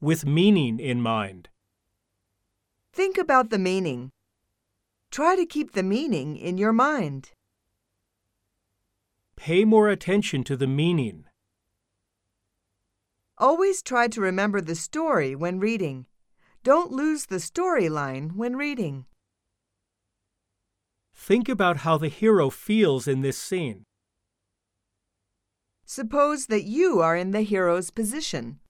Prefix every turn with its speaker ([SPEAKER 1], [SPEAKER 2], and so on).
[SPEAKER 1] with meaning in mind.
[SPEAKER 2] Think about the meaning. Try to keep the meaning in your mind.
[SPEAKER 1] Pay more attention to the meaning.
[SPEAKER 2] Always try to remember the story when reading. Don't lose the storyline when reading.
[SPEAKER 1] Think about how the hero feels in this scene.
[SPEAKER 2] Suppose that you are in the hero's position.